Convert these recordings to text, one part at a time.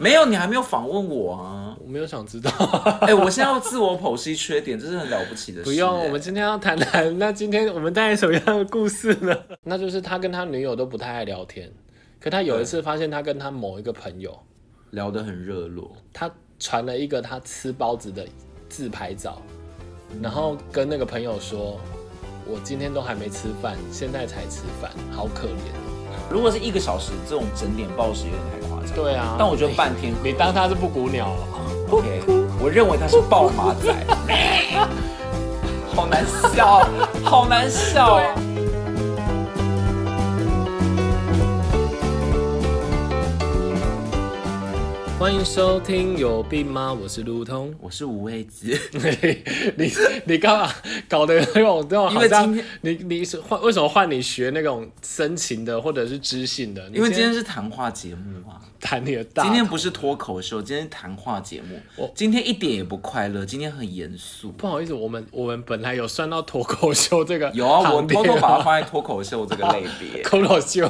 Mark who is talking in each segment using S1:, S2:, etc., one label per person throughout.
S1: 没有，你还没有访问我啊！
S2: 我没有想知道，
S1: 哎、我现在要自我剖析缺点，这是很了不起的事、
S2: 不用。
S1: 哎
S2: 我们今天要谈谈，那今天我们带来什么样的故事呢？ 那就是他跟他女友都不太爱聊天，可他有一次发现他跟他某一个朋友，
S1: 聊得很热络，
S2: 他传了一个他吃包子的自拍照，然后跟那个朋友说：“我今天都还没吃饭，现在才吃饭，好可怜。
S1: 如果是一个小时这种整点报时有点太夸”张，
S2: 对啊，
S1: 但我觉得半天
S2: 你当他是布谷鸟哦
S1: OK，我认为他是暴马仔，好难笑，好难笑啊。
S2: 欢迎收听《有病吗》，我是路通。
S1: 我是五味子，
S2: 你你干嘛搞得那种那种
S1: 因
S2: 好
S1: 为
S2: 像
S1: 今天
S2: 你你是换为什么换你学那种深情的或者是知性的？你
S1: 因为今天是谈话节目啊，
S2: 谈你的大头，
S1: 今天不是脱口秀，今天是谈话节目
S2: 我，
S1: 今天一点也不快乐，今天很严肃。
S2: 不好意思，我们我们本来有算到脱口秀这个
S1: 有啊，我
S2: 行列
S1: 偷偷把它放在脱口秀这个类别。
S2: 脱口 秀，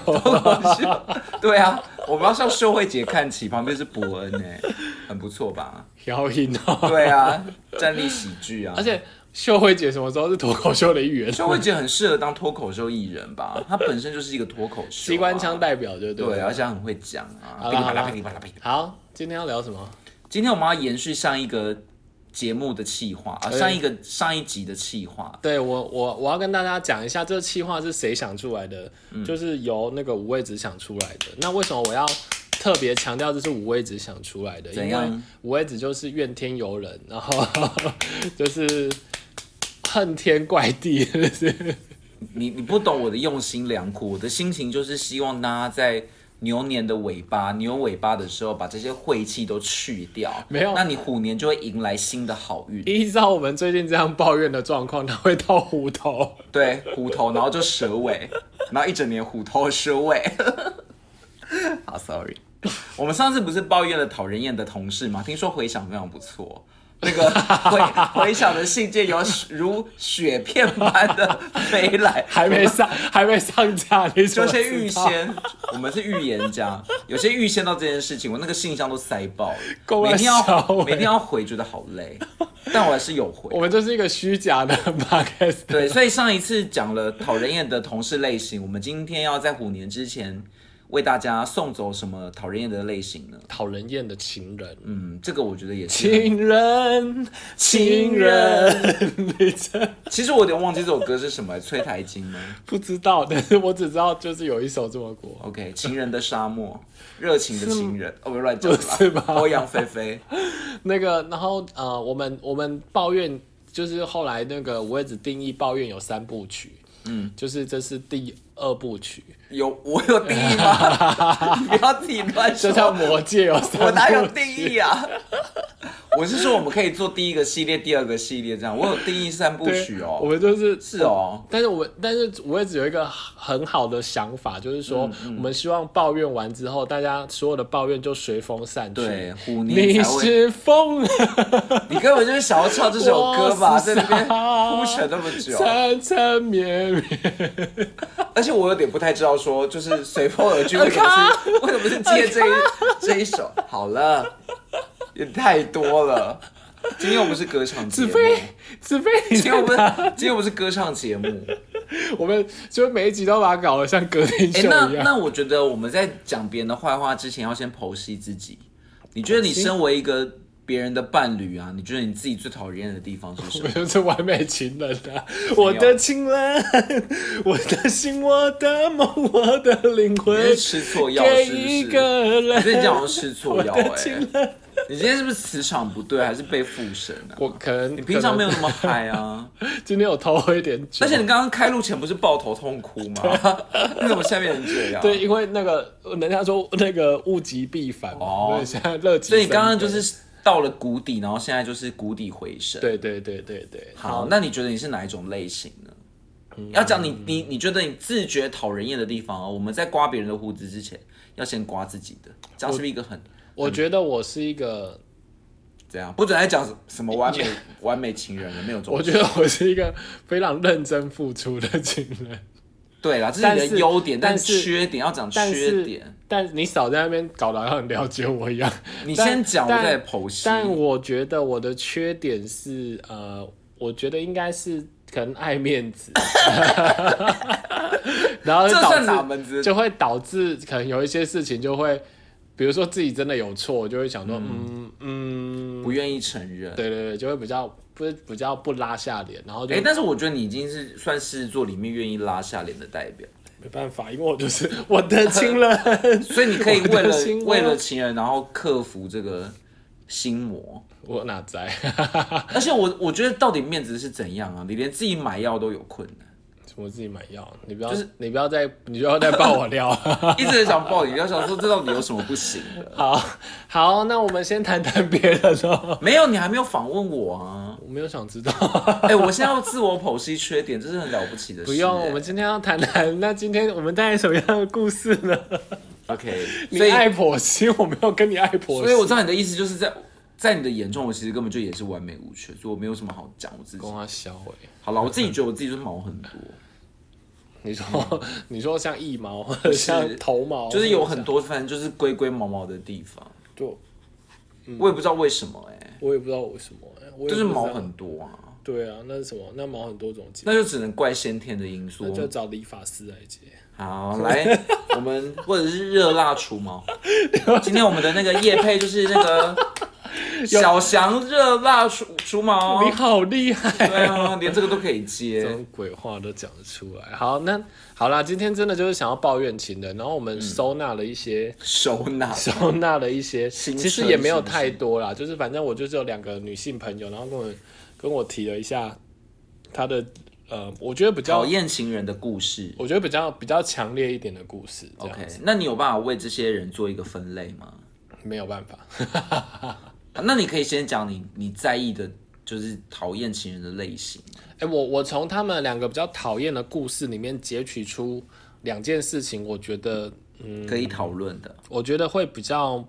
S1: 对啊，我们要向社会节看齐，旁边是伯恩哎、很不错吧？
S2: 摇音哦。
S1: 对啊，站立喜剧啊，
S2: 而且秀慧姐什么时候是脱口秀的一员？
S1: 社会节很适合当脱口秀艺人吧？他本身就是一个脱口秀、啊，
S2: 机关枪代表就对
S1: 对，
S2: 了。
S1: 而且他很会讲啊。
S2: 好
S1: 噼里
S2: 啦
S1: 啪
S2: 好
S1: 啦
S2: 啦
S1: 噼里啪啦噼里啪啦
S2: 好，今天要聊什么？
S1: 今天我们要延续上一个节目的企划啊，
S2: 对
S1: 上一个上一集的企划。
S2: 对我我我要跟大家讲一下，这个企划是谁想出来的，
S1: 嗯
S2: 就是由那个五味子想出来的。那为什么我要特别强调这是五味子想出来的？
S1: 怎
S2: 因
S1: 样
S2: 为五味子就是怨天尤人，然后 就是恨天怪地，就是
S1: 你你不懂我的用心良苦，我的心情就是希望大家在。牛年的尾巴，牛尾巴的时候，把这些晦气都去掉，
S2: 没有
S1: 那你虎年就会迎来新的好运。
S2: 依照我们最近这样抱怨的状况，他会到虎头。
S1: 对，虎头，然后就蛇尾，然后一整年虎头蛇尾。 好，sorry。我们上次不是抱怨了讨人厌的同事吗？听说回响非常不错，那个 回回响的信件有如雪片般的飞来，
S2: 还没上，还没上架，你怎
S1: 有
S2: 么
S1: 些
S2: 知
S1: 预
S2: 道，
S1: 先，我们是预言 家，有些预先到这件事情，我那个信箱都塞爆了，
S2: 够了
S1: 每天要
S2: 小伟
S1: 每天要回，觉得好累， 但我还是有回
S2: 我。们就是一个虚假的 podcast。
S1: 对，所以上一次讲了讨人厌的同事类型，我们今天要在虎年之前为大家送走什么讨人厌的类型呢？
S2: 讨人厌的情人，
S1: 嗯，这个我觉得也是。
S2: 情人，情人，你这
S1: 其实我有点忘记这首歌是什么，崔台金吗
S2: 不知道，但是我只知道就是有一首这么过。
S1: ？OK，情人的沙漠，热情的情人，哦，不是乱讲
S2: 不是
S1: 了
S2: 吧
S1: 啦，欧阳菲菲。
S2: 那个，然后呃，我们我们抱怨就是后来那个我也只定义抱怨有三部曲，嗯，就是这是第二 部曲，
S1: 有我有定义吗？ 你不要自己乱
S2: 就像
S1: 说，
S2: 魔戒有
S1: 我
S2: 三
S1: 哪有
S2: 部
S1: 定义啊？ 我是说我们可以做第一个系列、第二个系列这样。我有定义三部
S2: 对
S1: 曲
S2: 我
S1: 哦，
S2: 们就是
S1: 是哦。
S2: 但是我们，但是我也只有一个很好的想法，就是说，
S1: 嗯
S2: 我们希望抱怨完之后，大家所有的抱怨就随风散去。
S1: 对，，虎年
S2: 你
S1: 才会，
S2: 是风
S1: 你根本就是想要唱这首歌吧，
S2: 我啊是
S1: 在那边
S2: 傻
S1: 铺陈那么 久，
S2: 缠缠 绵绵，
S1: 而且我有点不太知道说，就是随风 而去为什么是为什么是接这一这一首？好了，也太多了，今天又不是歌唱节
S2: 子
S1: 目，
S2: 飞，子飞，你
S1: 今天
S2: 在
S1: 我们
S2: 哪？
S1: 今天我们是歌唱节目，
S2: 我们就每一集都把它搞得像歌 厅
S1: 哎、
S2: 秀
S1: 那
S2: 一样。
S1: 那我觉得我们在讲别人的坏话之前，要先剖析自己。你觉得你身为一个别人的伴侣啊，你觉得你自己最讨厌的地方是什
S2: 我
S1: 么？
S2: 就是完美情人 啊！我的情人，我的心，我的梦， 我的灵
S1: 你
S2: 魂
S1: 是，吃错药
S2: 给
S1: 是不
S2: 一
S1: 是？
S2: 个
S1: 我觉得你
S2: 人。
S1: 这好像吃错 药
S2: 我的
S1: 哎、
S2: 情
S1: 你今天是不是磁场不对，还是被附身啊？
S2: 我可能
S1: 你平常没
S2: 有，
S1: 有那么嗨啊，
S2: 今天有偷喝一点 酒。
S1: 而且你刚刚开录前不是抱头痛哭吗？ 你怎么现在变成这样？
S2: 对，，因为那个人家说那个物极必反嘛，
S1: 哦
S2: 对，现在乐极。
S1: 所以你刚刚就，是到了谷底，然后现在就是谷底回升。，
S2: 对对对对对，
S1: 好，那你觉得你是哪一种类型呢？
S2: 嗯
S1: 要讲你你你觉得你自觉讨人厌的地方啊，我们在刮别人的胡子之前，要先刮自己的，这样是不是一个很
S2: 我觉得我是一个，
S1: 怎样？不准再讲什么 完美完美情人了，没有这种
S2: 我觉得我是一个非常认真付出的情人。
S1: 对啦，这
S2: 但
S1: 是你的
S2: 是
S1: 优点，但
S2: 但是
S1: 缺点要讲
S2: 但
S1: 缺
S2: 是
S1: 点。，
S2: 但你少在那边搞得好像很了解我一样。
S1: 你
S2: 但
S1: 先讲，我
S2: 但
S1: 再剖析。
S2: 但我觉得我的缺点是，呃，我觉得应该是可能爱面子， 然后就
S1: 这算哪
S2: 导
S1: 门子
S2: 致就会导致可能有一些事情就会，比如说自己真的有错，我就会想说，嗯嗯，
S1: 不愿意承认。
S2: 对对对，就会比较不是比较不拉下脸，然后就、
S1: 哎、但是我觉得你已经是算是做里面愿意拉下脸的代表，
S2: 没办法，因为我就是我的亲人，
S1: 所以你可以为了
S2: 我的心窝
S1: 为了情人，然后克服这个心魔。
S2: 我哪在？
S1: 而且我我觉得到底面子是怎样啊？你连自己买药都有困难，
S2: 我自己买药，你不要、你不要再你不要再爆我 料。
S1: 一直很想抱你，要 想说这到底有什么不行的？
S2: 好好，那我们先谈谈别人哦。
S1: 没有，你还没有访问我啊！
S2: 我没有想知道，
S1: 哎、我现在要自我剖析缺点，这是很了不起的事、
S2: 不用。
S1: 哎
S2: 我们今天要谈谈，那今天我们带来什么样的故事呢？
S1: OK，
S2: 你
S1: 所以
S2: 爱婆媳，我没有跟你爱婆媳，
S1: 所以我知道你的意思就是在在你的眼中，我其实根本就也是完美无缺，所以我没有什么好讲我自己
S2: 跟。他小伟。
S1: 好了，我自己觉得我自己就是毛很多，
S2: 你说， 你说像腋 毛，像头毛，
S1: 嗯就是有很多反正就是龟龟毛毛的地方，
S2: 就嗯
S1: 我也不知道为什么哎、
S2: 我也不知道为什么、欸，我也
S1: 就是
S2: 不知道
S1: 毛很多啊，
S2: 对啊，那是什么？那毛很多种解，
S1: 那就只能怪先天的因素
S2: 那。就找理发师来解。
S1: 好， 来，我们或者是热辣除毛。今天我们的那个叶配就是那 个小翔热辣除除毛
S2: 你，好厉害！
S1: 对啊，连这个都可以接
S2: 这。种鬼话都讲得出来。好，那好啦，今天真的就是想要抱怨情人，然后我
S1: 嗯
S2: 们收纳了一些，
S1: 收纳，
S2: 收纳了一些，
S1: 心
S2: 其实
S1: 声
S2: 也没有
S1: 是不是
S2: 太多啦，就是反正我就只有两个女性朋友，然后跟我跟我提了一下她的呃，我觉得比
S1: 讨
S2: 较，
S1: 厌情人的故事。
S2: 我觉得比较比较强烈一点的故事，这样
S1: OK，那你有办法为这些人做一个分类吗？
S2: 没有办法。
S1: 啊那你可以先讲你你在意的，就是讨厌情人的类型。
S2: 哎、我我从他们两个比较讨厌的故事里面截取出两件事情，我觉得
S1: 可以讨论的。
S2: 我觉得会比较，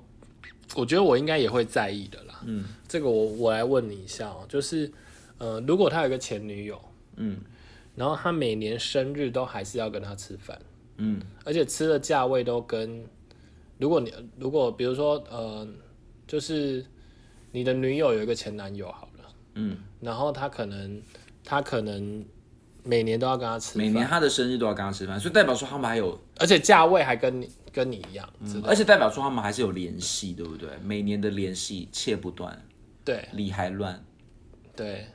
S2: 我觉得我应该也会在意的啦。嗯，这个我我来问你一下哦、就是，呃，如果他有一个前女友，
S1: 嗯
S2: 然后他每年生日都还是要跟他吃饭，
S1: 嗯，
S2: 而且吃的价位都跟，如果你如果比如说呃，就是你的女友有一个前男友好了，
S1: 嗯，
S2: 然后他可能他可能每年都要跟他吃
S1: 每
S2: 饭，
S1: 年他的生日都要跟他吃饭，所以代表说他们还有，
S2: 而且价位还跟你跟你一样，知道
S1: 而且代表说他们还是有联系，对不对？每年的联系切不断，
S2: 对
S1: 理还乱。
S2: 对。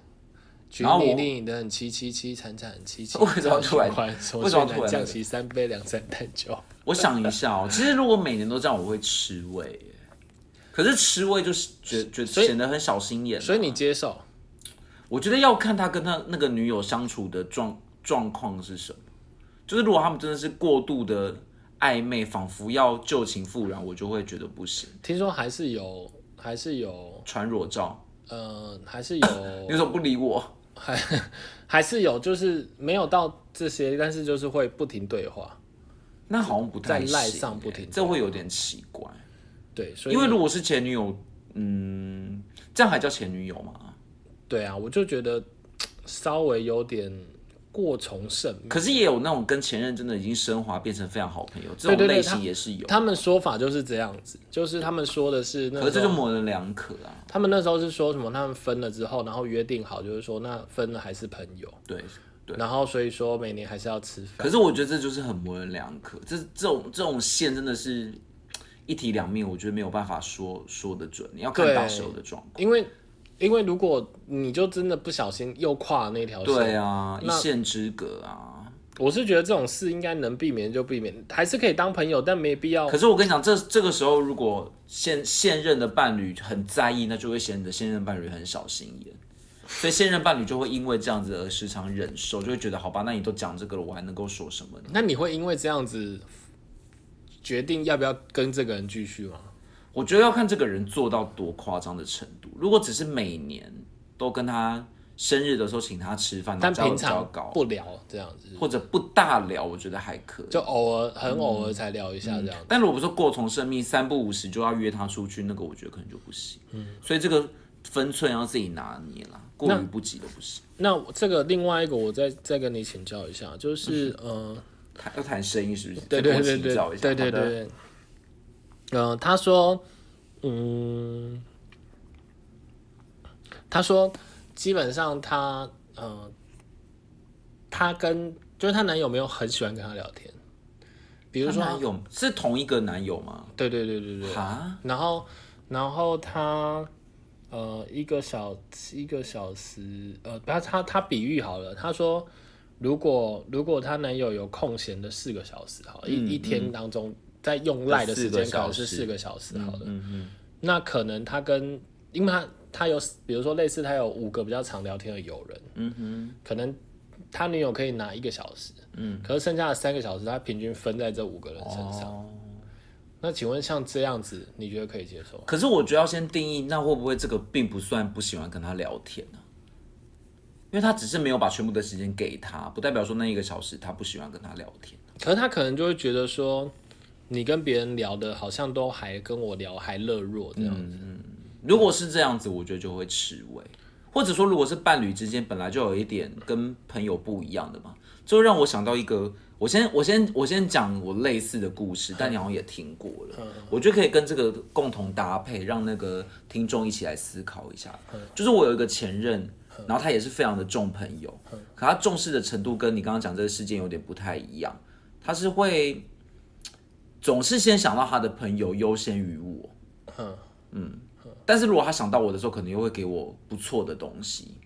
S2: 举
S1: 然后
S2: 你
S1: 我
S2: 令你的很凄凄凄惨惨很凄凄，
S1: 为什么突然为
S2: 为
S1: 什么突然
S2: 降旗三杯两三坛酒？
S1: 我想一下 哦，其实如果每年都这样，我会吃味耶。可是吃味就是觉觉
S2: 所以
S1: 显得很小心眼啊、
S2: 所以你接受？
S1: 我觉得要看他跟他那个女友相处的状状况是什么。就是如果他们真的是过度的暧昧，仿佛要旧情复燃，我就会觉得不行。
S2: 听说还是有，还是有，
S1: 传裸照，
S2: 呃，还是有
S1: 你为什么不理我？
S2: 还还是有，就是没有到这些，但是就是会不停对话，
S1: 那好像不太行
S2: 在赖上不停
S1: 欸这会有点奇怪。
S2: 对，所以
S1: 因为如果是前女友，嗯，这样还叫前女友吗？
S2: 对啊，我就觉得稍微有点过从甚密。
S1: 可是也有那种跟前任真的已经升华变成非常好朋友，这
S2: 对
S1: 种
S2: 对对
S1: 类型
S2: 他
S1: 也是有。
S2: 他们说法就是这样子，就是他们说的是那
S1: 可是这
S2: 时
S1: 就
S2: 候，
S1: 模棱两可啊。
S2: 他们那时候是说什么？他们分了之后，然后约定好，就是说那分了还是朋友，
S1: 对，
S2: 然后所以说每年还是要吃饭。
S1: 可是我觉得这就是很模棱两可，这这种这种线真的是一体两面，我觉得没有办法说说得准，你要看
S2: 对
S1: 当时候的状况。
S2: 因为因为如果你就真的不小心又跨了那条线，
S1: 对啊，一
S2: 那
S1: 线之隔啊。
S2: 我是觉得这种事应该能避免就避免，还是可以当朋友，但没必要
S1: 可。是我跟你讲，这这个时候如果现现任的伴侣很在意，那就会显得现任伴侣很小心眼，所以现任伴侣就会因为这样子而时常忍受，就会觉得好吧，那你都讲这个了，我还能够说什么呢？
S2: 那你会因为这样子决定要不要跟这个人继续吗？
S1: 我觉得要看这个人做到多夸张的程度。如果只是每年都跟他生日的时候请他吃饭，
S2: 但
S1: 那价位
S2: 平
S1: 比较
S2: 常
S1: 高，
S2: 不聊这样子，
S1: 或者不大聊，我觉得还可以。
S2: 就偶尔很偶尔才聊一下这样子。
S1: 但如果说过从生命，三不五时就要约他出去，那个我觉得可能就不行。嗯，所以这个分寸要自己拿捏啦，过于不及的不行。嗯
S2: 那我这个另外一个，我再再跟你请教一下，就是呃，
S1: 谈要谈生意是不是？
S2: 对
S1: 再
S2: 对
S1: 多
S2: 对
S1: 请
S2: 对
S1: 教一下
S2: 对对对。
S1: 好的
S2: 对嗯、他说，嗯，他说，基本上他，呃，他跟就是她男友没有很喜欢跟她聊天，比如
S1: 她
S2: 说，
S1: 男友是同一个男友吗？
S2: 对对对对对，啊
S1: 哈，
S2: 然后，然后他，呃，一个小一个小时，呃，不要他他比喻好了，他说，如果如果她男友有空闲的四个小时，好了，一、
S1: 嗯
S2: 一天当中在用赖的时间可能是四个小时，好了，
S1: 嗯嗯，
S2: 那可能他跟，因为他他有，比如说类似他有五个比较常聊天的友人，
S1: 嗯哼，
S2: 可能他女友可以拿一个小时，
S1: 嗯，
S2: 可是剩下的三个小时他平均分在这五个人身上，
S1: 哦。
S2: 那请问像这样子，你觉得可以接受吗？
S1: 可是我觉得要先定义，那会不会这个并不算不喜欢跟他聊天呢、因为他只是没有把全部的时间给他，不代表说那一个小时他不喜欢跟他聊天。
S2: 可是他可能就会觉得说，你跟别人聊的好像都还跟我聊还热络这样
S1: 嗯
S2: 子，
S1: 如果是这样子，我觉得就会吃味。或者说，如果是伴侣之间本来就有一点跟朋友不一样的嘛，就让我想到一个，我先我先我先讲我类似的故事，但你好像也听过了，我觉得可以跟这个共同搭配，让那个听众一起来思考一下。就是我有一个前任，然后他也是非常的重朋友，可他重视的程度跟你刚刚讲这个事件有点不太一样，他是会总是先想到他的朋友优先于我。
S2: 嗯，
S1: 但是如果他想到我的时候，可能又会给我不错的东西，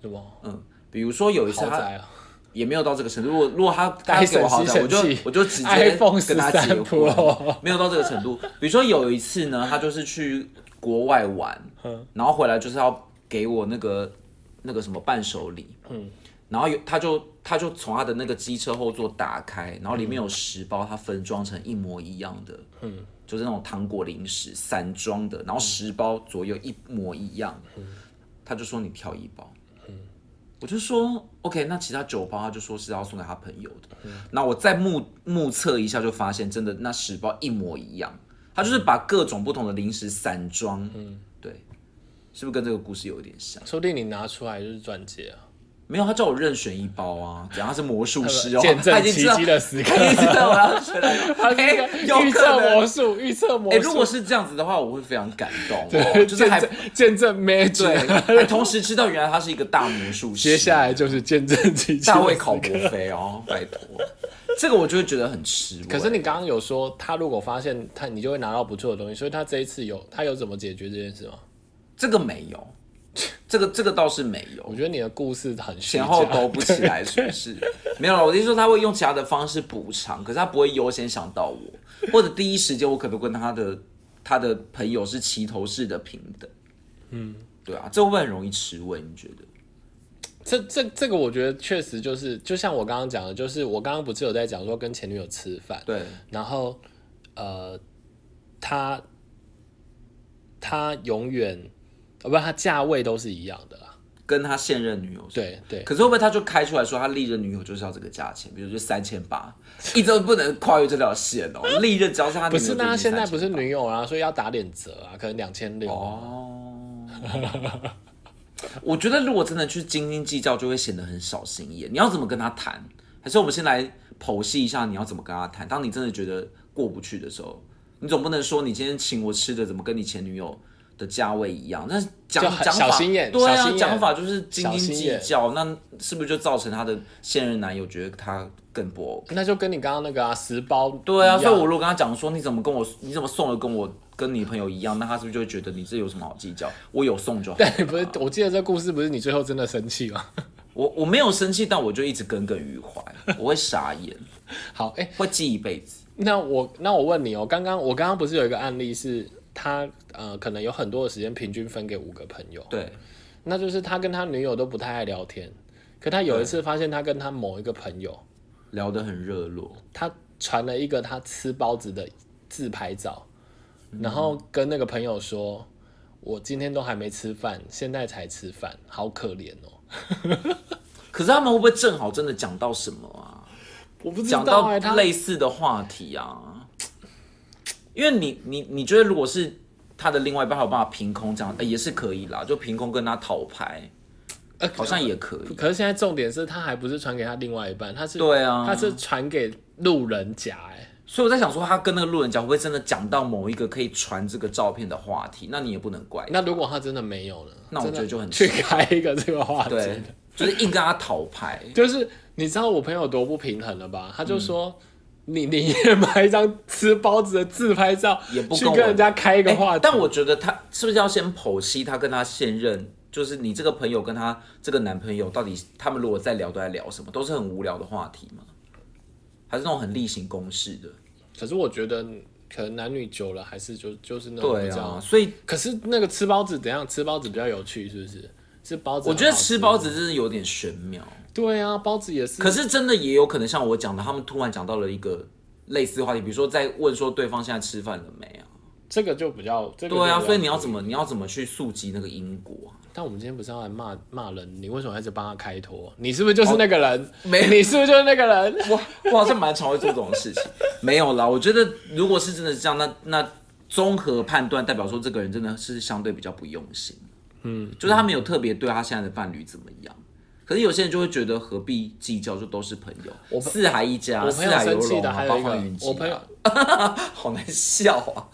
S2: 对吧？
S1: 嗯，比如说有一次
S2: 豪
S1: 他
S2: 宅啊，
S1: 也没有到这个程度，如果如果他他
S2: 戴
S1: 给
S2: 森
S1: 我好
S2: 吸
S1: 歹，
S2: 尘
S1: 我就
S2: 器
S1: 我就直接
S2: iPhone
S1: 跟他结
S2: 13
S1: 婚
S2: Pro，
S1: 没有到这个程度。比如说有一次呢，他就是去国外玩，
S2: 嗯
S1: 然后回来就是要给我那个那个什么伴手礼，
S2: 嗯
S1: 然后有他就他就从他的那个机车后座打开，然后里面有十包，他分装成一模一样的，嗯，就是那种糖果零食散装的，然后十包左右一模一样，
S2: 嗯
S1: 他就说你挑一包，我就说 OK，那其他九包他就说是要送给他朋友的，那我再目目测一下就发现真的那十包一模一样，他就是把各种不同的零食散装，嗯，对，是不是跟这个故事有一点像？
S2: 说不定你拿出来就是钻戒啊，
S1: 没有，他叫我任选一包啊，怎样？他是魔术师哦，
S2: 见
S1: 他
S2: 证
S1: 已经
S2: 奇
S1: 知道，
S2: 迹的时 刻
S1: 他。已经知道我要 选哪
S2: 他
S1: 个。
S2: 那个
S1: 哎，有
S2: 预
S1: 可
S2: 测魔
S1: 能。
S2: 术，预测魔
S1: 哎，
S2: 术，
S1: 如果是这样子的话，我会非常感动哦，
S2: 对
S1: 就是还
S2: 见证见证 magic，
S1: 对，还同时知道原来他是一个大魔术师。
S2: 接下来就是见证奇迹。
S1: 大卫考伯菲哦，拜托，这个我就会觉得很吃味。
S2: 可是你刚刚有说，他如果发现他，你就会拿到不错的东西，所以他这一次有，他有怎么解决这件事吗？
S1: 这个没有，这个这个倒是没有
S2: 我，觉得你的故事很啊虚
S1: 前
S2: 假
S1: 后抖不起来，是不 是？没有了，我的意思说他会用其他的方式补偿，可是他不会优先想到我，或者第一时间我可能跟他的他的朋友是齐头式的平等。嗯，对啊，这会不会很容易吃味？你觉得？
S2: 这这这个我觉得确实就是，就像我刚刚讲的，就是我刚刚不是有在讲说跟前女友吃饭，
S1: 对，
S2: 然后呃，他他永远，呃，不，他价位都是一样的啦。
S1: 跟他现任女友是。
S2: 对对，
S1: 可是会不会他就开出来说，他历任女友就是要这个价钱，比如说三千八，一周不能跨越这条线哦。历任只要是他女
S2: 不
S1: 友
S2: 是
S1: 就已
S2: 那
S1: 经
S2: 现在不是
S1: 3800
S2: 女友啊，所以要打点折啊，可能两千六。
S1: 哦，我觉得如果真的去斤斤计较，就会显得很小心眼。你要怎么跟他谈？还是我们先来剖析一下你要怎么跟他谈？当你真的觉得过不去的时候，你总不能说你今天请我吃的怎么跟你前女友的价位一样？那讲
S2: 就很
S1: 讲法
S2: 小心眼
S1: 对
S2: 小心
S1: 啊，
S2: 眼
S1: 讲法就是斤
S2: 小
S1: 斤
S2: 心
S1: 计
S2: 眼
S1: 较，那是不是就造成她的现任男友觉得她更不 OK？
S2: 那就跟你刚刚那个啊，十包
S1: 对啊，
S2: 一
S1: 所
S2: 样
S1: 以我 如果跟他讲说你怎么跟我你怎么送的跟我跟你朋友一样，那他是不是就会觉得你这有什么好计较？我有送就好。
S2: 但你不是，我记得这故事不是你最后真的生气吗？
S1: 我我没有生气，但我就一直耿耿于怀，我会傻眼，
S2: 好，哎、
S1: 会记一辈子。
S2: 那我那我问你哦，刚刚我刚刚不是有一个案例是他呃，可能有很多的时间平均分给五个朋友，
S1: 对，
S2: 那就是他跟他女友都不太爱聊天，可他有一次发现他跟他某一个朋友，
S1: 聊得很热络，
S2: 他传了一个他吃包子的自拍照，然后跟那个朋友说。我今天都还没吃饭，现在才吃饭，好可怜哦！
S1: 可是他们会不会正好真的讲到什么啊？
S2: 我不哎
S1: 讲到类似的话题啊？因为你你你觉得如果哎是他的另外一半还有办法凭空这样，呃也是可以啦，就凭空跟他讨牌。
S2: 呃，
S1: 好像也可以。
S2: 可是现在重点是他还不是传给他另外一半，他是
S1: 对啊
S2: 他是传给路人甲、哎，
S1: 所以我在想说，他跟那个路人甲会不会真的讲到某一个可以传这个照片的话题？那你也不能怪他，
S2: 那如果他真的没有呢？
S1: 那我
S2: 真的
S1: 觉得就很
S2: 去开一个这个话题，
S1: 对，就是硬跟他讨 牌。
S2: 就是你知道我朋友多不平衡了吧？他就说。
S1: 嗯
S2: 你 你也买一张吃包子的自拍照，
S1: 也不
S2: 去
S1: 跟我
S2: 跟人家开一个
S1: 哎
S2: 话题，
S1: 但我觉得他是不是要先剖析他跟他现任，就是你这个朋友跟他这个男朋友到底他们如果在聊都在聊什么，都是很无聊的话题吗？还是那种很例行公事的？
S2: 可是我觉得，可能男女久了还是就就是那种
S1: 对
S2: 比较
S1: 啊，所以
S2: 可是那个吃包子怎样？吃包子比较有趣，是不是？是包子，
S1: 我觉得吃包。子真是有点玄妙。
S2: 对啊，包子也是。
S1: 可是真的也有可能像我讲的，他们突然讲到了一个类似的话题，比如说在问说对方现在吃饭了没啊？
S2: 这个就比较，这个就
S1: 对啊，
S2: 比较
S1: 所以你要怎么你要怎么去溯及那个因果啊？
S2: 但我们今天不是要来骂骂人，你为什么一直帮他开脱？你是不是就是那个人？
S1: 哦没
S2: 你是不是就是那个人？
S1: 我我好像蛮常会做这种事情。 没有啦，我觉得如果是真的是这样，那那综合判断代表说这个人真的是相对比较不用心。嗯，就是他没有特别对他现在的伴侣怎么样。可是有些人就会觉得何必计较，就都是朋友，我四海一家，
S2: 我
S1: 四
S2: 朋友
S1: 海游
S2: 生气
S1: 龙
S2: 的
S1: 啊
S2: 还，有
S1: 包
S2: 一
S1: 括
S2: 个
S1: 云，集、啊，
S2: 我朋友
S1: 好难笑啊。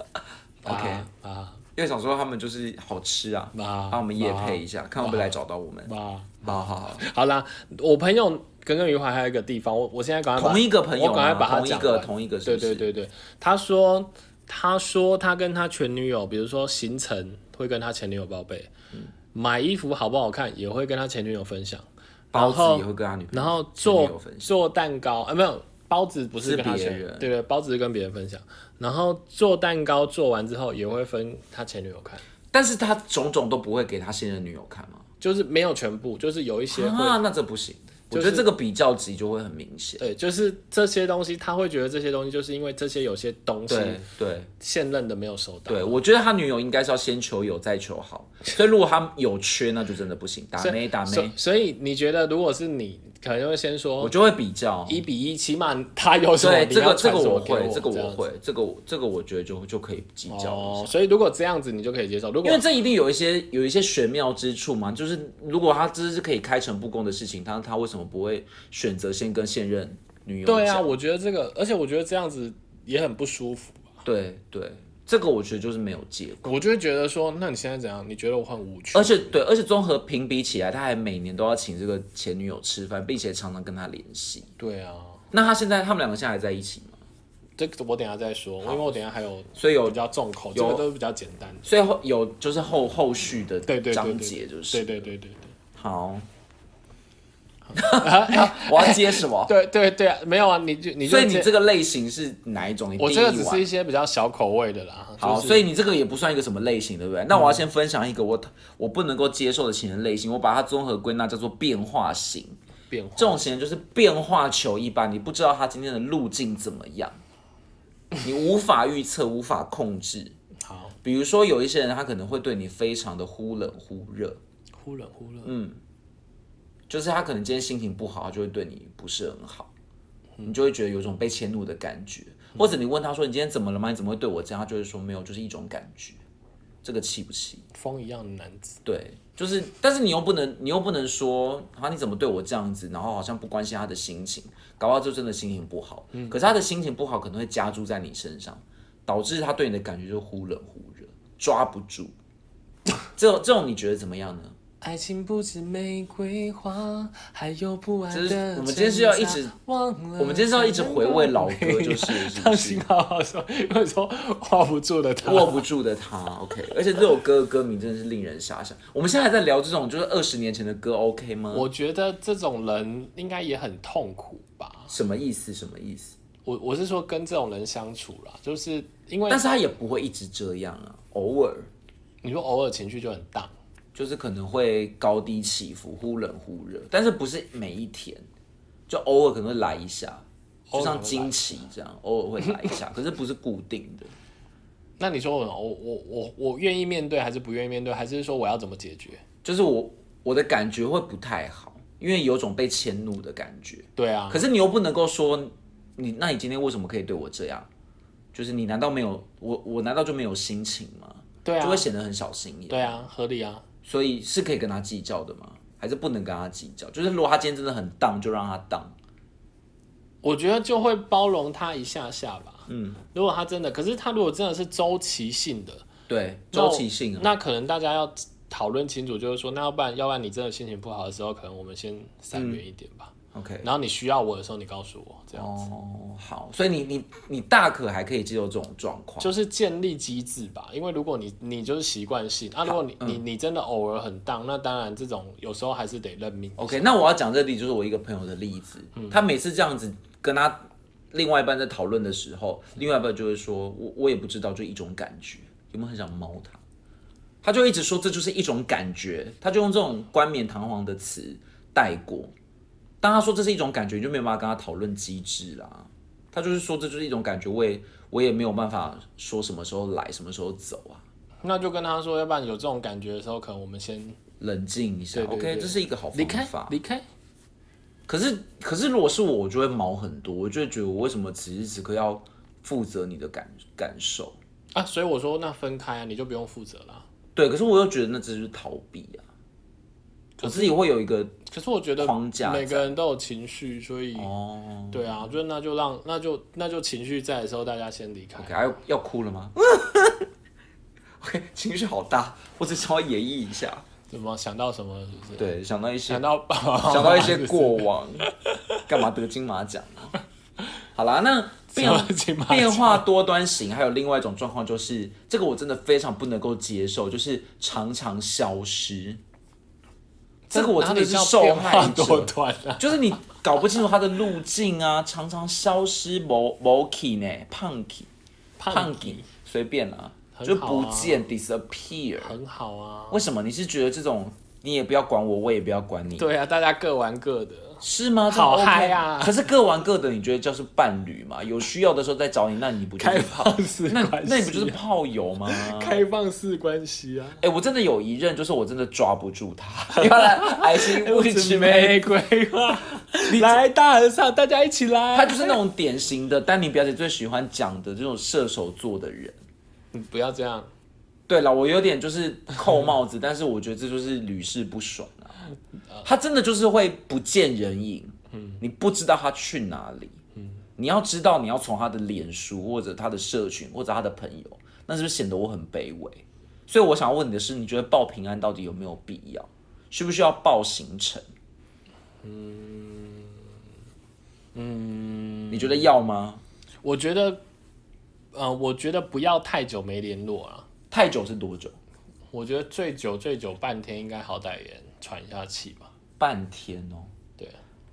S1: OK，、
S2: 啊啊
S1: 因为想说他们就是好吃啊，
S2: 啊
S1: 帮我们夜配一下，看会不会来找到我们。
S2: 啊！
S1: 好好好，
S2: 好啦，我朋友耿耿于怀还有一个地方，我我现在赶快把
S1: 同一个朋友
S2: 我赶快
S1: 吗？
S2: 把他
S1: 同一
S2: 讲
S1: 个
S2: 完
S1: 同一个是
S2: 对
S1: 不是，
S2: 对对对，他说他说他跟他前女友，比如说行程会跟他前女友报备，
S1: 嗯
S2: 买衣服好不好看也会跟他前女友分享，
S1: 包
S2: 然后
S1: 子也会跟他女朋友，
S2: 然后
S1: 前女友
S2: 做
S1: 分享
S2: 做蛋糕啊、没有包子不是
S1: 是
S2: 跟他
S1: 别
S2: 前
S1: 人
S2: 对对，包子是跟别人分享，然后做蛋糕做完之后也会分他前女友看，
S1: 但是他种种都不会给他现任女友看吗？
S2: 就是没有全部，就是有一些会。
S1: 啊，那这不行。我觉得这个比较级就会很明显。
S2: 对，就是这些东西，他会觉得这些东西，就是因为这些有些东西
S1: 对对
S2: 现任的没有收到，
S1: 对，我觉得他女友应该是要先求有再求 好，所以如果他有缺，那就真的不行，打妹打
S2: 所
S1: 妹，
S2: 所以你觉得，如果是你，可能会先说哦
S1: 我就会比较。
S2: 一比一，起码他有什么，
S1: 对，
S2: 你
S1: 这
S2: 要
S1: 个这
S2: 传
S1: 个
S2: 什么给
S1: 会，
S2: 我
S1: 这个我
S2: 样
S1: 会，这个我这个我觉得就就可以计较一
S2: 哦
S1: 下。。
S2: 所以如果这样子，你就可以接受。如
S1: 因为
S2: 果
S1: 这一定有一些有一些玄妙之处嘛，就是如果他这是可以开诚布公的事情，他他为什么不会选择先跟现任女友讲？
S2: 对啊，我觉得这个，而且我觉得这样子也很不舒服。
S1: 对对，这个我觉得就是没有结果。
S2: 我就会觉得说，那你现在怎样？你觉得我很无趣？
S1: 而且对，而且综合评比起来，他还每年都要请这个前女友吃饭，并且常常跟他联系。
S2: 对啊，
S1: 那他现在他们两个现在还在一起吗？
S2: 这个我等一下再说，因为我等一下还有
S1: 所以有
S2: 比，较重口，这
S1: 有
S2: 个都是比较简单的。
S1: 所以后有就是后后续的
S2: 对对对对
S1: 章
S2: 对
S1: 节就是
S2: 对对对对对。
S1: 好。我要接什么？
S2: 对对对啊，没有啊，你就你就
S1: 哦所以你
S2: 接
S1: 这个类型是哪一种？你
S2: 我
S1: 第一
S2: 这个只是
S1: 碗
S2: 一些比较小口味的啦。
S1: 好，
S2: 就是嗯
S1: 所以你这个也不算一个什么类型，对不对？那我要先分享一个我我不能够接受的情人类型，我把它综合归纳叫做变化型。
S2: 变化
S1: 这种情人就是变化球一般，你不知道他今天的路径怎么样，你无法预测，无法控制。
S2: 好，
S1: 比如说有一些人，他可能会对你非常的忽冷忽热，
S2: 忽冷忽热。
S1: 嗯就是他可能今天心情不好，他就会对你不是很好，你就会觉得有种被迁怒的感觉。或者你问他说你今天怎么了吗？你怎么会对我这样？他就会说没有，就是一种感觉。这个气不气？
S2: 风一样的男子，
S1: 对，就是，但是你又不能，你又不能说啊，你怎么对我这样子，然后好像不关心他的心情，搞不好就真的心情不好。
S2: 嗯
S1: 可是他的心情不好可能会加注在你身上，导致他对你的感觉就忽冷忽热，抓不住。这种这种你觉得怎么样呢？
S2: 爱情不止玫瑰花，还有不安
S1: 这是
S2: 的
S1: 我们今天是要一直
S2: 挣扎忘了
S1: 我们今天是要一直回味老歌就是是不
S2: 让
S1: 是
S2: 心好好说，因为说画不住的他，
S1: 握不住的他，OK。而且这首歌的歌名真的是令人遐想。我们现在还在聊这种就是二十年前的歌，OK 吗？
S2: 我觉得这种人应该也很痛苦吧。
S1: 什么意思？什么意思？
S2: 我我是说跟这种人相处啦，就是因为
S1: 但是他也不会一直这样啊，偶尔。
S2: 你说偶尔情绪就很荡，
S1: 就是可能会高低起伏，忽冷忽热，但是不是每一天，就偶尔可能会来一下，就像惊奇这样，偶尔会来一下，可是不是固定的。
S2: 那你说我我我我我愿意面对还是不愿意面对，还是说我要怎么解决？
S1: 就是我我的感觉会不太好，因为有种被迁怒的感觉。
S2: 对啊，
S1: 可是你又不能够说你，那你今天为什么可以对我这样？就是你难道没有我，我难道就没有心情吗？
S2: 对
S1: 就
S2: 啊
S1: 会，显得很小心眼。
S2: 对啊，合理啊。
S1: 所以是可以跟他计较的吗？还还是不能跟他计较。就是如果他今天真的很荡，就让他荡。
S2: 我觉得就会包容他一下下吧。
S1: 嗯，
S2: 如果他真的，可是他如果真的是周期性的
S1: 对，
S2: 那我
S1: 周期性啊，
S2: 那可能大家要讨论清楚，就是说，那要不然，要不然你真的心情不好的时候，可能我们先散远一点吧。
S1: OK，
S2: 然后你需要我的时候，你告诉我，这样、
S1: 哦，好，所以你你你大可还可以接受这种状况，
S2: 就是建立机制吧。因为如果你你就是习惯性，啊，如果
S1: 嗯
S2: 你、你你真的偶尔很荡，那当然这种有时候还是得认命。
S1: OK，那我要讲这例就是我一个朋友的例子，
S2: 嗯
S1: 他每次这样子跟他另外一半在讨论的时候，另外一半就会说，我我也不知道，就一种感觉，有没有很想猫他？他就一直说这就是一种感觉，他就用这种冠冕堂皇的词带过。当他说这是一种感觉，你就没有办法跟他讨论机制啦。他就是说这就是一种感觉，我也我也没有办法说什么时候来，什么时候走啊。
S2: 那就跟他说，要不然有这种感觉的时候，可能我们先
S1: 冷静一下
S2: 对对对
S1: ，OK，这是一个好
S2: 离
S1: 方
S2: 开
S1: 法。
S2: 离开。
S1: 可是，可是如果是我，我就会毛很多，我就会觉得我为什么此时此刻要负责你的感感受？
S2: 啊，所以我说那分开啊，你就不用负责啦。
S1: 对，可是我又觉得那只是逃避啊。我自己会有一个
S2: 可是我觉得
S1: 框架在
S2: 每个人都有情绪，所以、
S1: 哦
S2: 对啊，就那就让那就那就情绪在的时候，大家先离开。
S1: ，OK，还要要哭了吗？OK，情绪好大，我只想要演绎一下。
S2: 怎么想到什么？是不是？
S1: 对，想到一些
S2: 想到
S1: 想到一些过往，干嘛得金马奖啊？好啦，那变
S2: 什么金马奖
S1: 变化多端型，还有另外一种状况就是，这个我真的非常不能够接受，就是常常消失。这个我真的是受
S2: 哪
S1: 害
S2: 里叫变化多
S1: 者，
S2: 端啊！
S1: 就是你搞不清楚它的路径啊，常常消失，某某 key 呢，胖 key 胖 key 随便啦、就
S2: 很好
S1: 不
S2: 啊
S1: 见 disappear。
S2: 很好啊。
S1: 为什么？你是觉得这种你也不要管我，我也不要管你，
S2: 对啊，大家各玩各的。
S1: 是吗？这
S2: 好
S1: OK
S2: 嗨啊
S1: 可是各玩各的，你觉得就是伴侣嘛？有需要的时候再找你，那你不就是
S2: 开
S1: 炮？
S2: 放 式
S1: 那
S2: 关系
S1: 那你不就是炮友吗？
S2: 开放式关系啊！
S1: 哎、我真的有一任，就是我真的抓不住他， 哎原来爱情 不止玫瑰，
S2: 花， 来大和尚，大家一起来。
S1: 他就是那种典型的丹尼表姐最喜欢讲的这种射手座的人。
S2: 你不要这样，
S1: 对了，我有点就是扣帽子，但是我觉得这就是屡试不爽啊。他真的就是会不见人影，你不知道他去哪里，你要知道你要从他的脸书或者他的社群或者他的朋友，那是不是显得我很卑微？所以我想问你的是，你觉得报平安到底有没有必要？需不需要报行程？嗯嗯，你觉得要吗？
S2: 我觉得，呃，我觉得不要太久没联络啊。
S1: 太久是多久？
S2: 我觉得最久最久半天，应该好歹也喘一下气吧。
S1: 半天哦。
S2: 对，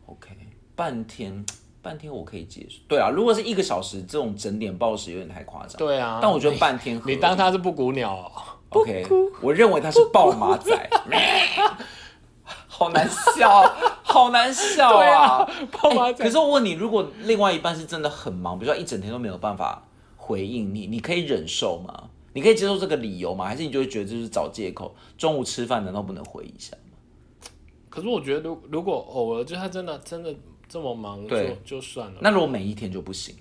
S1: OK，半天，半天我可以接受。对啊，如果是一个小时，这种整点报时有点太夸张。
S2: 对啊
S1: 但我觉得半天合理
S2: 你当他是布谷鸟、哦，
S1: OK，我认为他是暴马仔， 好难笑，啊好难笑
S2: 对
S1: 啊
S2: 啊！爆马
S1: 可是我问你，如果另外一半是真的很忙，比如说一整天都没有办法回应你，你可以忍受吗？你可以接受这个理由吗？还是你就会觉得这是找借口？中午吃饭难道不能回一下吗？
S2: 可是我觉得如如果偶尔就他真的真的这么忙，就
S1: 对
S2: 就算了。
S1: 那如果每一天就不行？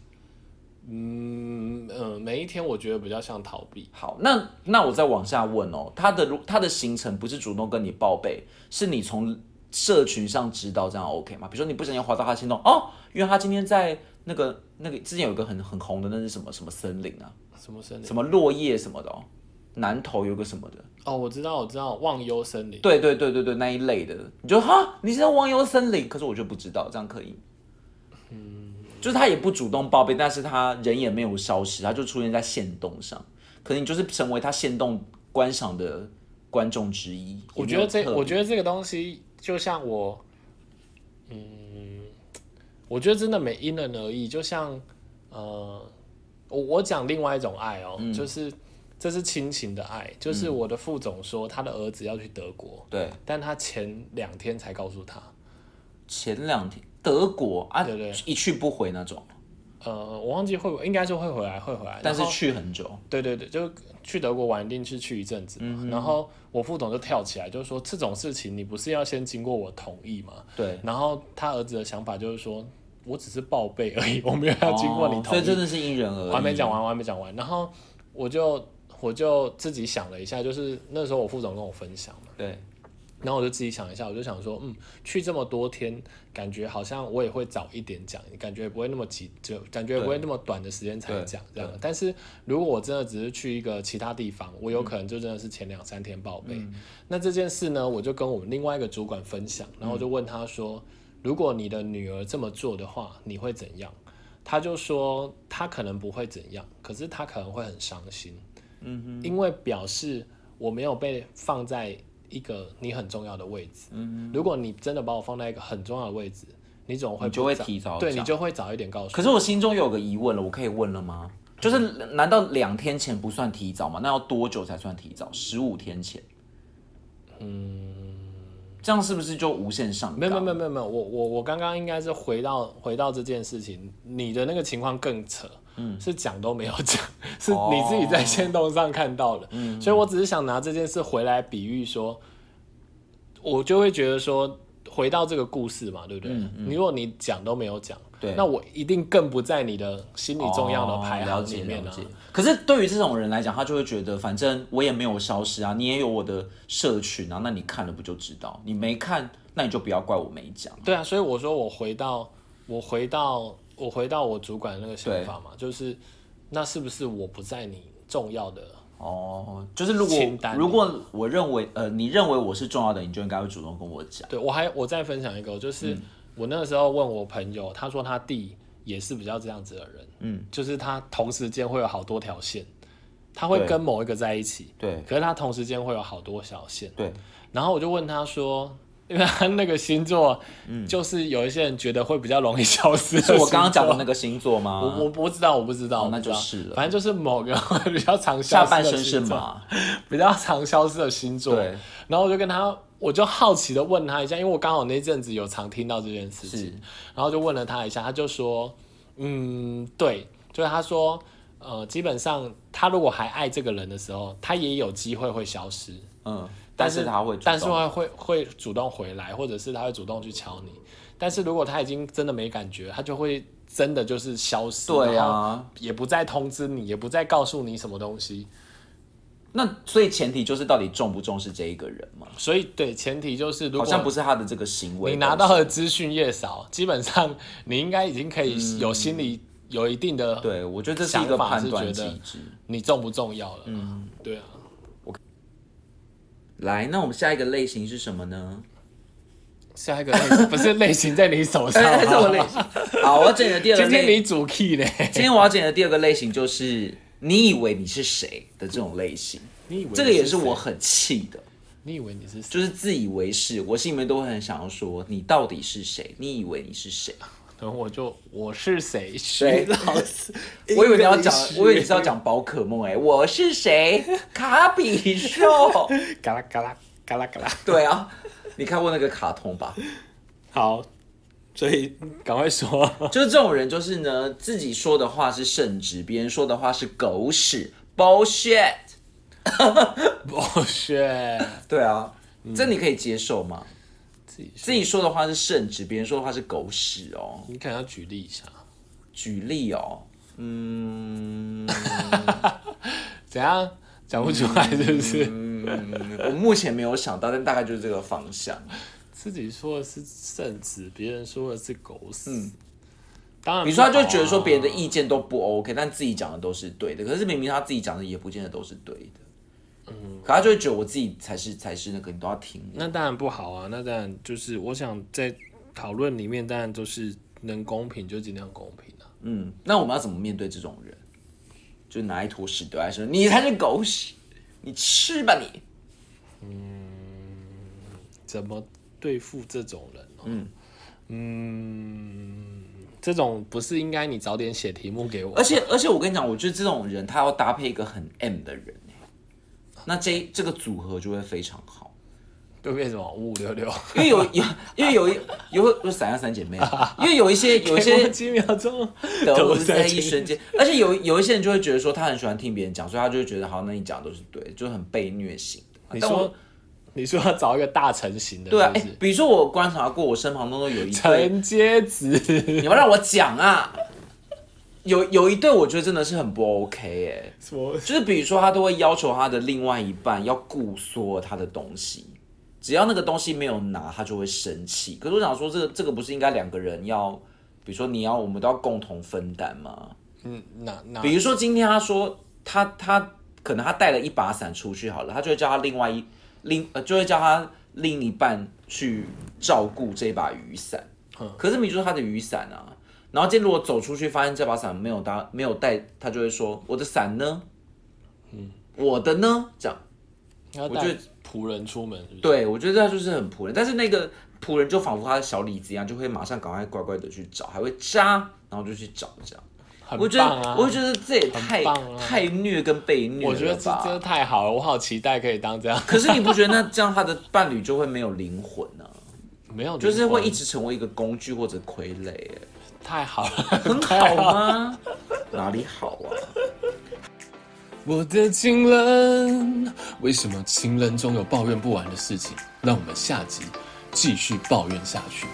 S2: 嗯嗯，每一天我觉得比较像逃避。
S1: 好，那那我再往下问哦，他的如他的行程不是主动跟你报备，是你从社群上知道，这样 OK 吗？比如说你不小心滑到他心动哦，因为他今天在那个那个之前有一个很很红的那是什么什么森林啊，
S2: 什么森林？
S1: 什么落叶什么的哦，南头有个什么的，
S2: 哦，我知道，我知道，忘忧森林。
S1: 对对对对对那一类的，你就哈你是在忘忧森林，可是我就不知道，这样可以吗？
S2: 嗯
S1: 就是他也不主动报备，但是他人也没有消失，他就出现在线动上，可能你就是成为他线动观赏的观众之一。
S2: 我觉
S1: 也
S2: 得
S1: 没有特
S2: 这，
S1: 别
S2: 我觉得这个东西就像我，嗯，我觉得真的每因人而异。就像，呃，我我讲另外一种爱哦，
S1: 嗯
S2: 就是这是亲情的爱，就是我的副总说他的儿子要去德国，
S1: 对
S2: 但他前两天才告诉他，
S1: 前两天德国啊，
S2: 对对
S1: 一去不回那种，
S2: 呃，我忘记会不应该是会回来，会回来，
S1: 但是
S2: 然后
S1: 去很久，
S2: 对对对，就去德国玩，一定是去一阵子
S1: 嗯
S2: 嘛。然后我副总就跳起来，就说这种事情你不是要先经过我同意吗？
S1: 对，
S2: 然后他儿子的想法就是说，我只是报备而已，我没有 要经过你
S1: 哦
S2: 同
S1: 所
S2: 意。
S1: 以真的是因人而异。
S2: 我还没讲完，我还没讲完。然后我就我就自己想了一下，就是那时候我副总跟我分享嘛，
S1: 对，
S2: 然后我就自己想一下，我就想说，嗯，去这么多天，感觉好像我也会早一点讲，感觉也不会那么急，就感觉也不会那么短的时间才
S1: 对
S2: 讲这
S1: 对
S2: 样。但是如果我真的只是去一个其他地方，我
S1: 嗯
S2: 有可能就真的是前两三天报备。那这件事呢，我就跟我们另外一个主管分享，然后我
S1: 嗯
S2: 就问他说，如果你的女儿这么做的话，你会怎样？他就说他可能不会怎样，可是他可能会很伤心。因为表示我没有被放在一个你很重要的位置。
S1: 嗯
S2: 如果你真的把我放在一个很重要的位置，你总会
S1: 你就
S2: 不
S1: 会
S2: 早
S1: 提早
S2: 对你
S1: 讲
S2: 就会早一点告诉
S1: 可
S2: 我。
S1: 是我心中有个疑问了，我可以问了吗？就是难道两天前不算提早吗？那要多久才算提早？十五天前？嗯，这样是不是就无限上纲？
S2: 没有没有没有没有没有，我我我刚刚应该是回到回到这件事情，你的那个情况更扯，嗯，是讲都没有讲，是
S1: 哦
S2: 你自己在线动上看到的，嗯，所以我只是想拿这件事回来比喻说，我就会觉得说，回到这个故事嘛，对不对？你如果你讲都没有讲，
S1: 嗯对
S2: 那我一定更不在你的心理重要的排
S1: 哦了
S2: 行里
S1: 解
S2: 面
S1: 了
S2: 啊
S1: 解。可是对于这种人来讲，他就会觉得，反正我也没有消失啊，你也有我的社群啊，那你看了不就知道？你没看，那你就不要怪我没讲。
S2: 对啊，所以我说我回到我回到我回到我主管那个想法嘛，就是那是不是我不在你重要的？
S1: 哦，就是如果
S2: 清单
S1: 如果我认为呃，你认为我是重要的，你就应该会主动跟我讲。
S2: 对我还我再分享一个，就是、
S1: 嗯
S2: 我那个时候问我朋友，他说他弟也是比较这样子的人，
S1: 嗯，
S2: 就是他同时间会有好多条线，他会
S1: 对
S2: 跟某一个在一起，
S1: 对
S2: 可是他同时间会有好多小线。
S1: 对，
S2: 然后我就问他说， 因为他那个星座，就是有一些人觉得会比较容易消失
S1: 嗯是
S2: 的星座，
S1: 我刚刚讲的那个星座吗？
S2: 我我不知道，我不知道，
S1: 啊哦
S2: 我不
S1: 那就
S2: 知道
S1: 是了
S2: 反正就是某个 比较常
S1: 下
S2: 消失的
S1: 半身是
S2: 星座，
S1: 马，
S2: 比较常消失的星座。
S1: 对，
S2: 然后我就跟他，我就好奇的问他一下，因为我刚好那阵子有常听到这件事
S1: 是
S2: 情，然后就问了他一下，他就说，嗯，对，就是他说，呃，基本上他如果还爱这个人的时候，他也有机会会消失，
S1: 嗯，
S2: 但
S1: 但
S2: 是
S1: 是他会主动，
S2: 但是会会会主动回来，或者是他会主动去敲你。但是如果他已经真的没感觉，他就会真的就是消失，
S1: 对
S2: 然后
S1: 啊，
S2: 也不再通知你，也不再告诉你什么东西。
S1: 那所以前提就是到底重不重视这一个人嘛？
S2: 所以对，前提就是如
S1: 好像不
S2: 果
S1: 是他的这个行为，
S2: 你拿到的资讯越少，基本上你应该已经可以有心理有一定的
S1: 嗯对，我觉得这是一个
S2: 想法
S1: 判
S2: 是
S1: 断
S2: 觉得
S1: 机制。
S2: 你重不重要了。嗯，对啊。
S1: 来，那我们下一个类型是什么 呢？
S2: 下一个 类型不是类型在你手上
S1: 哎，这我类
S2: 吗，
S1: 型。 好，我要讲你的第二个
S2: 今天
S1: 类，
S2: 你主 key 呢？
S1: 今天我要讲你的第二个类型就是你以为你是谁的这种类型，
S2: 你以 为
S1: 这个也
S2: 你
S1: 是我
S2: 谁，
S1: 很气的，
S2: 你以为你是谁？
S1: 就是自以为是，我心里面都会很想要说，你到底是谁？你以为你是谁？
S2: 然后我就我是谁？
S1: 对
S2: 徐老 师，
S1: 我以为你要讲
S2: 英文，系
S1: 我以为你是要 讲宝可梦哎、我是谁？卡比兽。
S2: 嘎啦嘎啦嘎啦嘎啦。
S1: 对啊，你看过那个卡通吧？
S2: 好，所以赶快说。
S1: 就是这种人，就是呢，自己说的话是圣旨，别人说的话是狗屎，bullshit。
S2: 不是，
S1: 对啊，这你可以接受吗？
S2: 自己说
S1: 自己说的话是圣旨，别人说的话是狗屎哦。
S2: 你可能要举例一下。
S1: 举例哦，嗯，
S2: 怎样讲不出来是不是？
S1: 嗯我目前没有想到，但大概就是这个方向。
S2: 自己说的是圣旨，别人说的是狗屎。
S1: 嗯
S2: 当然不好啊，
S1: 你说他就觉得说别人的意见都不 OK，但自己讲的都是对的，可是明明他自己讲的也不见得都是对的。嗯，可他就会觉得我自己才是才是那个，你都要听我。
S2: 那当然不好啊。那当然就是我想在讨论里面，当然就是能公平就尽量公平啊。
S1: 嗯，那我们要怎么面对这种人？就拿一坨屎丢在身上，你才是狗屎，你吃吧你。
S2: 怎么对付这种人、哦？嗯这种不是应该你早点写题目给我
S1: 而？且而且我跟你讲，我觉得这种人他要搭配一个很 M 的人欸、那这这个组合就会非常好。
S2: 对变什么五五六六？
S1: 因为有有，因为有一有有闪耀三姐妹啊，因为有一些有一 些
S2: 几秒钟
S1: 都是在一瞬间。而且有有一些人就会觉得说，他很喜欢听别人讲，所以他就会觉得，好，那你讲的都是对，就很被虐型的。
S2: 你
S1: 但我
S2: 说你说要找一个大成型的，
S1: 对啊，
S2: 是
S1: 哎、
S2: 不是
S1: 比如说我观察过，我身旁当中有 一对，
S2: 陈阶子
S1: 你们让我讲啊，有有一对我觉得真的是很不 OK 哎、
S2: 什么？
S1: 就是比如说他都会要求他的另外一半要顾缩他的东西，只要那个东西没有拿，他就会生气。可是我想说，这个这个不是应该两个人要，比如说你要我们都要共同分担吗？
S2: 嗯，哪哪
S1: 比如说今天他说他他可能他带了一把伞出去好了，他就会叫他另外一另呃就会叫他另一半去照顾这把雨伞。可是明明就是他的雨伞啊，然后今天如果走出去发现这把伞没有搭没有带，他就会说我的伞呢？嗯，我的呢？这样。
S2: 要
S1: 我
S2: 带
S1: 觉得
S2: 仆人出门是不是？
S1: 对，我觉得他就是很仆人，但是那个仆人就仿佛他的小李子一样，就会马上赶快乖乖的去找，还会扎，然后就去找这样。
S2: 很
S1: 我觉得，
S2: 棒啊！
S1: 我觉得这也太、
S2: 棒啊
S1: 太虐跟被虐
S2: 我觉得
S1: 了
S2: 这
S1: 吧？
S2: 真的太好了，我好期待可以当这样，
S1: 可是你不觉得那这样他的伴侣就会没有灵魂 呢、
S2: 没有
S1: 就是
S2: 灵魂
S1: 会一直成为一个工具或者傀儡、 欸，
S2: 太好了。
S1: 很好吗？哪里好啊？
S2: 我的情人，为什么情人总有抱怨不完的事情？让我们下集继续抱怨下去。